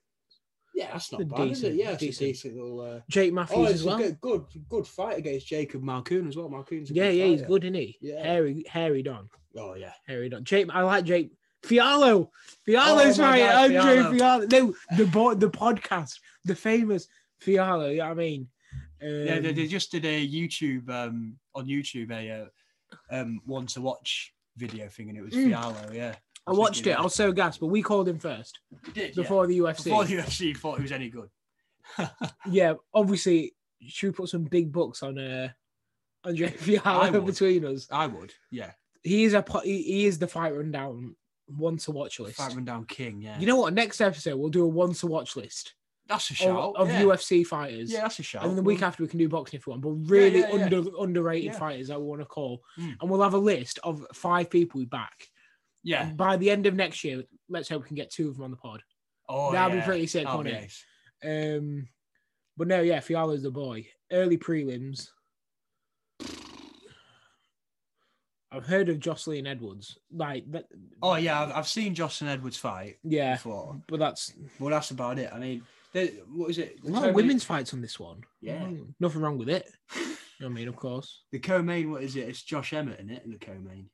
Speaker 2: Yeah, that's not
Speaker 1: They're
Speaker 2: bad, is it?
Speaker 1: decent,
Speaker 2: Yeah, it's
Speaker 1: decent.
Speaker 2: a decent little. Uh...
Speaker 1: Jake
Speaker 2: Oh,
Speaker 1: Matthews
Speaker 2: it's
Speaker 1: as well.
Speaker 2: a good, good, good fight against Jacob Malcoon as well. Malcoon's a
Speaker 1: Yeah,
Speaker 2: good
Speaker 1: yeah, he's
Speaker 2: fighter.
Speaker 1: good, isn't he?
Speaker 2: Yeah.
Speaker 1: Hairy, hairy Don.
Speaker 2: Oh yeah,
Speaker 1: Hairy Don. Jake, I like Jake. Fialo. Fialo's
Speaker 2: Oh,
Speaker 1: right.
Speaker 2: my God,
Speaker 1: Andre
Speaker 2: Fiallo.
Speaker 1: Fialo. No, the bo- the podcast, the famous Fialo. You know what I mean? Um,
Speaker 2: yeah. They, they just did a YouTube um on YouTube a uh, um one to watch video thing, and it was
Speaker 1: Mm.
Speaker 2: Fialo. Yeah,
Speaker 1: I watched
Speaker 2: thinking,
Speaker 1: it. I was so gassed, but we called him first
Speaker 2: You did, yeah.
Speaker 1: before the UFC.
Speaker 2: before the UFC thought it was any good.
Speaker 1: Yeah, obviously, should we put some big bucks on uh, Andre
Speaker 2: I
Speaker 1: Fialo
Speaker 2: would.
Speaker 1: between us?
Speaker 2: I would. Yeah,
Speaker 1: He is a po- he, he is the fight rundown one to watch list.
Speaker 2: fight rundown king. Yeah,
Speaker 1: You know what? Next episode we'll do a one to watch list
Speaker 2: that's a
Speaker 1: of,
Speaker 2: shout.
Speaker 1: of
Speaker 2: yeah.
Speaker 1: UFC fighters.
Speaker 2: Yeah, that's a shout.
Speaker 1: And then the week after we can do boxing if we want, but
Speaker 2: yeah,
Speaker 1: really
Speaker 2: yeah.
Speaker 1: under underrated
Speaker 2: Yeah.
Speaker 1: fighters that we want to call.
Speaker 2: Mm.
Speaker 1: And we'll have a list of five people we back.
Speaker 2: Yeah.
Speaker 1: By the end of next year, let's hope we can get two of them on the pod.
Speaker 2: Oh,
Speaker 1: That'd
Speaker 2: yeah.
Speaker 1: be pretty sick,
Speaker 2: That'd
Speaker 1: wouldn't
Speaker 2: be
Speaker 1: it?
Speaker 2: ace.
Speaker 1: Um, but no, yeah, Fiala's the boy. Early prelims. I've heard of Jocelyn Edwards. Like that,
Speaker 2: Oh yeah, I've, I've seen Justin Edwards fight
Speaker 1: yeah.
Speaker 2: before,
Speaker 1: But that's
Speaker 2: but that's about it. I mean, there, what is it?
Speaker 1: a lot of
Speaker 2: co-main-
Speaker 1: women's fights on this one.
Speaker 2: Yeah.
Speaker 1: Mm, nothing wrong with it. I mean, of course.
Speaker 2: The co-main, what is it? It's Josh Emmett in it in the co-main.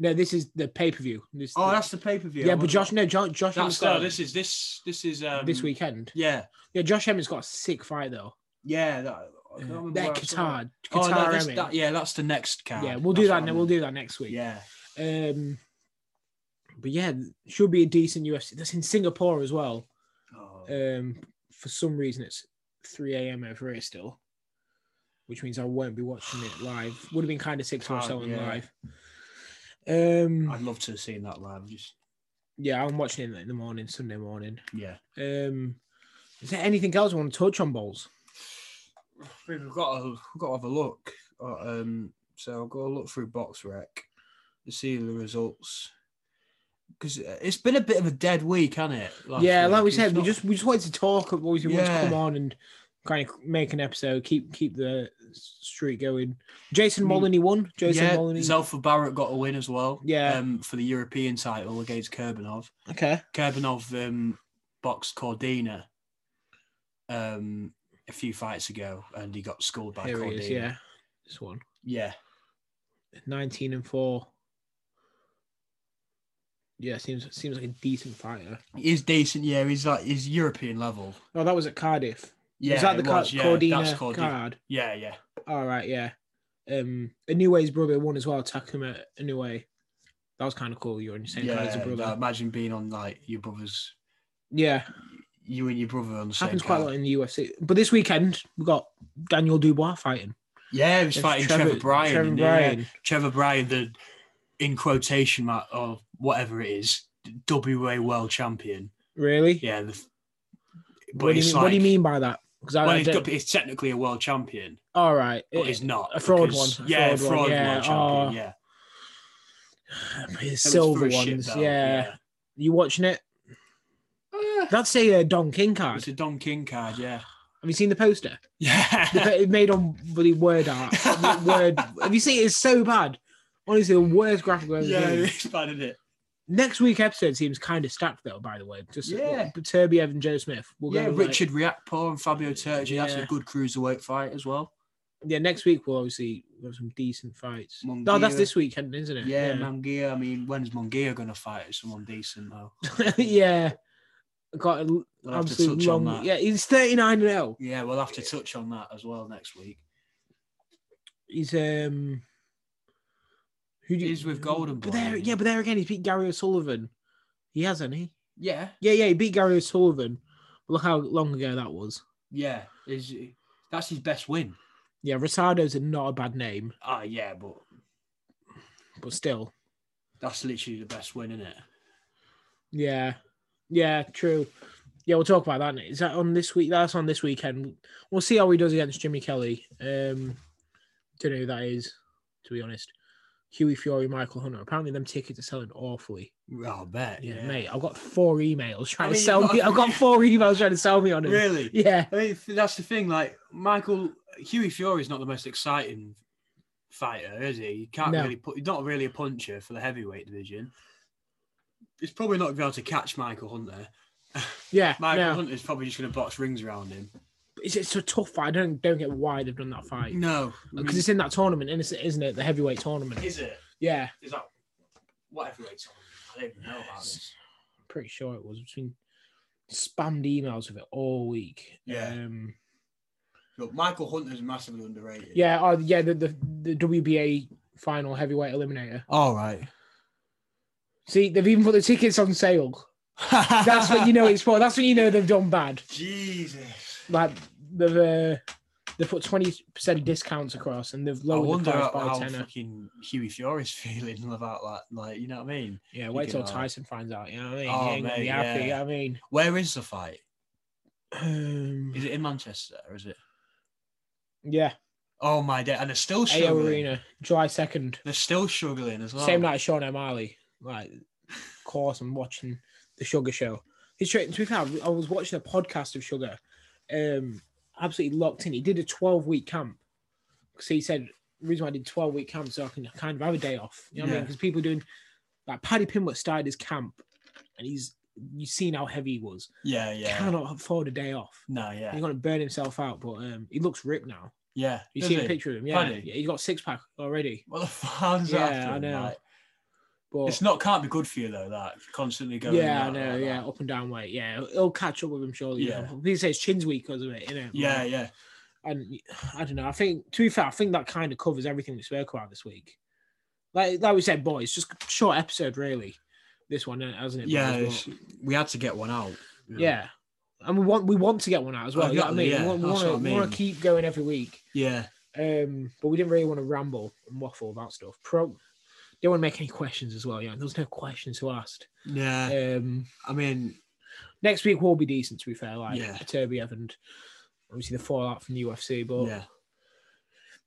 Speaker 1: No, this is the pay per view.
Speaker 2: Oh, that's the pay per view.
Speaker 1: yeah, but Josh, no, Josh, Josh Emmett's
Speaker 2: That's
Speaker 1: got
Speaker 2: no, this is this this is um,
Speaker 1: this weekend.
Speaker 2: Yeah,
Speaker 1: Yeah, Josh Emmett's got a sick fight though.
Speaker 2: yeah. That, I can't remember
Speaker 1: That
Speaker 2: where I saw it.
Speaker 1: Qatar, Qatar
Speaker 2: Oh, no, this,
Speaker 1: Emmett.
Speaker 2: that, yeah, that's the next card.
Speaker 1: yeah, we'll do
Speaker 2: That's
Speaker 1: that.
Speaker 2: what
Speaker 1: ne-
Speaker 2: I
Speaker 1: We'll
Speaker 2: meant.
Speaker 1: do that next week.
Speaker 2: Yeah,
Speaker 1: Um, but yeah, should be a decent UFC. That's in Singapore as well.
Speaker 2: Oh,
Speaker 1: Um, for some reason, it's 3 a.m. over here still, which means I won't be watching it live. Would have been kind of six or
Speaker 2: Can't,
Speaker 1: seven
Speaker 2: yeah.
Speaker 1: live. Um,
Speaker 2: I'd love to have seen that live. Just
Speaker 1: yeah, I'm watching it in the morning, Sunday morning.
Speaker 2: yeah,
Speaker 1: Um, is there anything else I want to touch on, Bowls?
Speaker 2: we've got to, we've got to have a look. Uh, um, so I'll go look through Box Rec to see the results. Because it's been a bit of a dead week, hasn't it? Last
Speaker 1: yeah,
Speaker 2: week?
Speaker 1: like we
Speaker 2: It's
Speaker 1: said, we
Speaker 2: not-
Speaker 1: just we just wanted to talk. Obviously, we wanted
Speaker 2: Yeah.
Speaker 1: to come on and kind of make an episode, keep keep the streak going. Jason
Speaker 2: I mean,
Speaker 1: Moloney won. Jason
Speaker 2: yeah,
Speaker 1: Moloney.
Speaker 2: Zelfa Barrett got a win as well.
Speaker 1: Yeah.
Speaker 2: um, for the European title against Kurbanov.
Speaker 1: okay.
Speaker 2: Kurbanov um, boxed Cordina um, a few fights ago, and he got schooled by
Speaker 1: Here
Speaker 2: Cordina.
Speaker 1: he is. Yeah, this one.
Speaker 2: yeah,
Speaker 1: Nineteen and four. Yeah, seems seems like a decent fighter.
Speaker 2: he is decent. Yeah, he's like he's European level.
Speaker 1: Oh, that was at Cardiff.
Speaker 2: Yeah,
Speaker 1: was that the
Speaker 2: it
Speaker 1: Car-
Speaker 2: was, yeah,
Speaker 1: Cordina
Speaker 2: that's Cordi-
Speaker 1: card?
Speaker 2: Yeah, yeah.
Speaker 1: All right, yeah. Um, Inouye's brother won as well. Takuma Inoue. That was kind of cool. You're in the same
Speaker 2: yeah
Speaker 1: card as your brother.
Speaker 2: no, imagine being on like your brother's,
Speaker 1: yeah.
Speaker 2: you and your brother on the same.
Speaker 1: happens quite a
Speaker 2: card.
Speaker 1: lot in the UFC. But this weekend we've got Daniel Dubois fighting.
Speaker 2: Yeah, he was fighting Trevor, Bryan.
Speaker 1: Trevor
Speaker 2: didn't he? Yeah.
Speaker 1: Bryan.
Speaker 2: Trevor Bryan, the in quotation mark or whatever it is, WA world champion.
Speaker 1: Really?
Speaker 2: Yeah, the,
Speaker 1: What, do you
Speaker 2: it's
Speaker 1: mean, what do you
Speaker 2: like-
Speaker 1: mean by that? Because I,
Speaker 2: Well,
Speaker 1: I
Speaker 2: he's,
Speaker 1: don't,
Speaker 2: got, he's technically a world champion,
Speaker 1: all right.
Speaker 2: but he's not.
Speaker 1: a fraud
Speaker 2: because-
Speaker 1: one, a
Speaker 2: Yeah,
Speaker 1: fraud
Speaker 2: fraud,
Speaker 1: one, yeah,
Speaker 2: world champion.
Speaker 1: oh,
Speaker 2: yeah,
Speaker 1: his
Speaker 2: It was for
Speaker 1: silver
Speaker 2: a shit
Speaker 1: ones.
Speaker 2: belt,
Speaker 1: yeah. You watching it?
Speaker 2: yeah.
Speaker 1: That's a uh, Don King card.
Speaker 2: It's a Don King card. Yeah,
Speaker 1: Have you seen the poster? The
Speaker 2: yeah.
Speaker 1: pa- It's made on bloody word art. word. Have you seen it? It's so bad. Honestly, the worst graphic I've ever
Speaker 2: Yeah,
Speaker 1: seen.
Speaker 2: it's bad, isn't it?
Speaker 1: Next week episode seems kind of stacked, though. By the way, just uh,
Speaker 2: Yeah.
Speaker 1: Turby and Joe Smith. We'll
Speaker 2: yeah,
Speaker 1: go with, like-
Speaker 2: Richard Riakpo and Fabio Turchi. That's
Speaker 1: Yeah.
Speaker 2: a good cruiserweight fight as well.
Speaker 1: yeah, next week we'll obviously have some decent fights.
Speaker 2: Munguia.
Speaker 1: No, that's this weekend, isn't it?
Speaker 2: Yeah, Mangia. I mean, when's Mangia going to fight someone decent though?
Speaker 1: yeah. yeah. Got an
Speaker 2: We'll have to
Speaker 1: absolute
Speaker 2: touch on
Speaker 1: long.
Speaker 2: that.
Speaker 1: Yeah, he's thirty nine and zero.
Speaker 2: Yeah, we'll have to touch on that as well next week.
Speaker 1: He's um. Who
Speaker 2: He's with Golden
Speaker 1: But
Speaker 2: Boy,
Speaker 1: there,
Speaker 2: isn't he?
Speaker 1: yeah, but there again, he's beat Gary O'Sullivan. He has, hasn't he?
Speaker 2: Yeah,
Speaker 1: Yeah, yeah, he beat Gary O'Sullivan. Look how long ago that was.
Speaker 2: yeah. Is that's his best win?
Speaker 1: Yeah, Rosado's a not a bad name,
Speaker 2: Ah, yeah, but
Speaker 1: but still,
Speaker 2: that's literally the best win, isn't it?
Speaker 1: yeah, yeah, true. Yeah, we'll talk about that. Is that on this week? That's on this weekend. We'll see how he does against Jimmy Kelly. Um, don't know who that is, to be honest. Huey Fury, Michael Hunter. Apparently, them tickets are selling awfully.
Speaker 2: I'll bet.
Speaker 1: Yeah, mate. I've got four emails trying
Speaker 2: I mean,
Speaker 1: to sell
Speaker 2: you've
Speaker 1: me.
Speaker 2: got-
Speaker 1: I've got four emails trying to sell me on it.
Speaker 2: Really?
Speaker 1: Yeah,
Speaker 2: I mean, that's the thing. Like Michael Huey Fury is not the most exciting fighter, is he? You can't
Speaker 1: No.
Speaker 2: really put. He's not really a puncher for the heavyweight division. He's probably not going to be able to catch Michael Hunter.
Speaker 1: yeah.
Speaker 2: Michael
Speaker 1: no.
Speaker 2: Hunter's probably just going to box rings around him.
Speaker 1: It's, it's a tough fight. I don't don't get why they've done that fight
Speaker 2: No, I
Speaker 1: because
Speaker 2: mean,
Speaker 1: it's in that tournament, isn't it- isn't it? The heavyweight tournament.
Speaker 2: is it?
Speaker 1: Yeah,
Speaker 2: Is that what heavyweight's on? I don't even know about this.
Speaker 1: I'm pretty sure it was. It's been spammed emails with it all week.
Speaker 2: Yeah.
Speaker 1: Um,
Speaker 2: Look, Michael Hunter's massively underrated.
Speaker 1: Yeah, oh, yeah, the, the the WBA final heavyweight eliminator.
Speaker 2: All right.
Speaker 1: See, they've even put the tickets on sale. That's what you know it's for. That's when you know they've done bad.
Speaker 2: Jesus.
Speaker 1: Like they've uh, they put twenty percent discounts across, and they've
Speaker 2: I
Speaker 1: lowered the
Speaker 2: wonder how,
Speaker 1: price by
Speaker 2: how
Speaker 1: a tenner.
Speaker 2: fucking Huey Fury's feeling about that. Like, you know what I mean?
Speaker 1: Yeah, wait till
Speaker 2: freaking hell.
Speaker 1: Tyson finds out. You know what I mean?
Speaker 2: Oh,
Speaker 1: he ain't gonna be
Speaker 2: mate,
Speaker 1: happy.
Speaker 2: yeah.
Speaker 1: I mean,
Speaker 2: Where is the fight?
Speaker 1: um,
Speaker 2: Is it in Manchester or is it?
Speaker 1: yeah,
Speaker 2: Oh my day! And they're still
Speaker 1: AO
Speaker 2: struggling.
Speaker 1: Arena, July second,
Speaker 2: They're still struggling as well.
Speaker 1: same night as Sean O'Malley. Like course, I'm watching the Sugar Show. It's straight. To be fair, I was watching a podcast of Sugar. Um, absolutely locked in. He did a 12 week camp because he said the reason why I did 12 week camp so I can kind of have a day off. You know what I mean?
Speaker 2: Yeah.
Speaker 1: Because people doing like Paddy Pimlet started his camp, and he's you've seen how heavy he was.
Speaker 2: Yeah, yeah.
Speaker 1: Cannot afford a day off.
Speaker 2: no, yeah.
Speaker 1: He's gonna burn himself out, but um, he looks ripped now.
Speaker 2: Yeah.
Speaker 1: You
Speaker 2: does
Speaker 1: see
Speaker 2: he?
Speaker 1: a picture of him, yeah.
Speaker 2: Paddy?
Speaker 1: yeah he's got six pack already.
Speaker 2: What the fuck? How does
Speaker 1: Yeah,
Speaker 2: that happen?
Speaker 1: I know.
Speaker 2: Like,
Speaker 1: But
Speaker 2: it's not can't be good for you though. That constantly going.
Speaker 1: yeah, I
Speaker 2: out
Speaker 1: know,
Speaker 2: like that.
Speaker 1: yeah, up and down weight, yeah. It'll catch up with him surely.
Speaker 2: Yeah.
Speaker 1: Yeah. He says chin's weak because of it, you know.
Speaker 2: Yeah, yeah,
Speaker 1: and I don't know. I think to be fair, I think that kind of covers everything we spoke about this week. Like like we said, boys, just short episode really. This one hasn't it?
Speaker 2: yeah.
Speaker 1: boys?
Speaker 2: it's- We had to get one out.
Speaker 1: But- yeah. And we want we want to get one out as well.
Speaker 2: Oh,
Speaker 1: you know what I mean,
Speaker 2: yeah,
Speaker 1: we, want, we, want
Speaker 2: that's
Speaker 1: to,
Speaker 2: what I
Speaker 1: we want
Speaker 2: mean.
Speaker 1: to keep going every week.
Speaker 2: yeah,
Speaker 1: Um, but we didn't really want to ramble and waffle about stuff. Pro didn't want to make any questions as well. Yeah, there was no questions to ask.
Speaker 2: yeah.
Speaker 1: Um,
Speaker 2: I mean,
Speaker 1: next week will be decent. To be fair, like
Speaker 2: Yeah.
Speaker 1: Turby and obviously the fallout from the UFC. But
Speaker 2: yeah.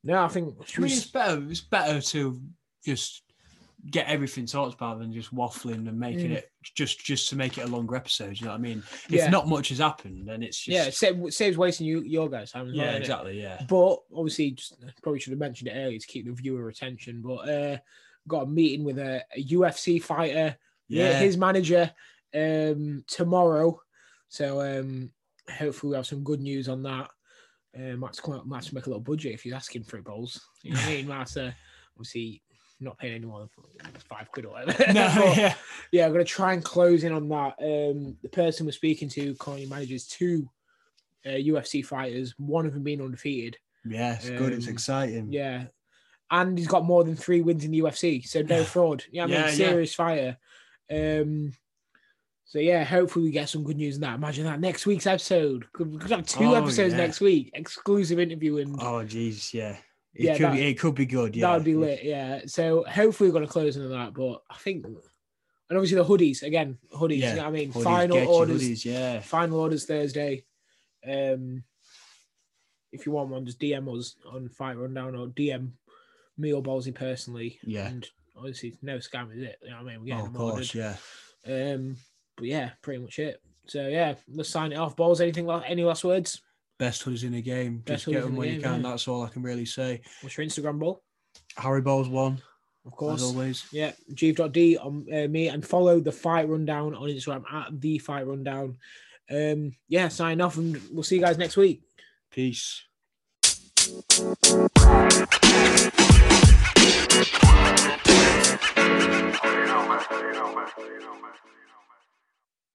Speaker 1: no, I think
Speaker 2: I
Speaker 1: should we
Speaker 2: mean, it's better. It's better to just get everything talked about than just waffling and making
Speaker 1: Mm.
Speaker 2: it just just to make it a longer episode. You know what I mean? If
Speaker 1: Yeah.
Speaker 2: not much has happened, then it's just
Speaker 1: yeah, it saves, saves wasting you, your guys' time. as well,
Speaker 2: yeah,
Speaker 1: innit?
Speaker 2: exactly, yeah.
Speaker 1: But obviously, just probably should have mentioned it earlier to keep the viewer attention. But uh, got a meeting with a, a UFC fighter, yeah,
Speaker 2: Yeah,
Speaker 1: his manager um, tomorrow. So um, hopefully, we have some good news on that. Uh, Matt's come out, Matt's make a little budget if you're asking for it, Bowles. You know what I mean, Matt's uh, obviously not paying anyone five quid or whatever.
Speaker 2: no,
Speaker 1: But-
Speaker 2: yeah,
Speaker 1: yeah, I'm gonna try and close in on that. Um, the person we're speaking to currently manages two uh, UFC fighters, one of them being undefeated.
Speaker 2: yeah. It's good. It's
Speaker 1: Um,
Speaker 2: exciting.
Speaker 1: Yeah, and he's got more than three wins in the UFC, so no
Speaker 2: Yeah.
Speaker 1: fraud. Yeah, I
Speaker 2: Yeah, yeah.
Speaker 1: mean, serious fighter. Um, so yeah, hopefully we get some good news in that. Imagine that next week's episode. Could, we could have two
Speaker 2: Oh,
Speaker 1: episodes
Speaker 2: yeah.
Speaker 1: next week, exclusive interview, and
Speaker 2: Oh, jeez, yeah. It
Speaker 1: Yeah,
Speaker 2: could
Speaker 1: that-
Speaker 2: be. It could be good. Yeah,
Speaker 1: that would be lit. Yeah. So hopefully we're gonna close in on that, but I think. And obviously the hoodies again, hoodies.
Speaker 2: Yeah,
Speaker 1: You know what I mean,
Speaker 2: Hoodies, get
Speaker 1: final
Speaker 2: your
Speaker 1: orders
Speaker 2: hoodies, yeah.
Speaker 1: final orders Thursday. Um, if you want one, just DM us on Fight Rundown or DM me or Ballsy personally.
Speaker 2: Yeah.
Speaker 1: And obviously, it's no scam, is it? You know what I mean? We're
Speaker 2: Oh,
Speaker 1: getting
Speaker 2: of
Speaker 1: Mm, them
Speaker 2: course,
Speaker 1: ordered.
Speaker 2: yeah.
Speaker 1: Um, but yeah, pretty much it. So yeah, let's sign it off. Balls, anything? la- Any last words?
Speaker 2: Best hoodies in the game.
Speaker 1: Best
Speaker 2: Just get
Speaker 1: hoodies in
Speaker 2: them
Speaker 1: the
Speaker 2: when you
Speaker 1: game,
Speaker 2: can.
Speaker 1: yeah.
Speaker 2: That's all I can really say.
Speaker 1: What's your Instagram, Ball?
Speaker 2: Harry Bowles won,
Speaker 1: Of
Speaker 2: as
Speaker 1: course.
Speaker 2: always.
Speaker 1: Yeah, Jeeve.D on uh, me and follow the Fight Rundown on Instagram at the Fight Rundown. Um, yeah, sign off and we'll see you guys next week.
Speaker 2: Peace.
Speaker 3: You know, man. You know, man. You know, man.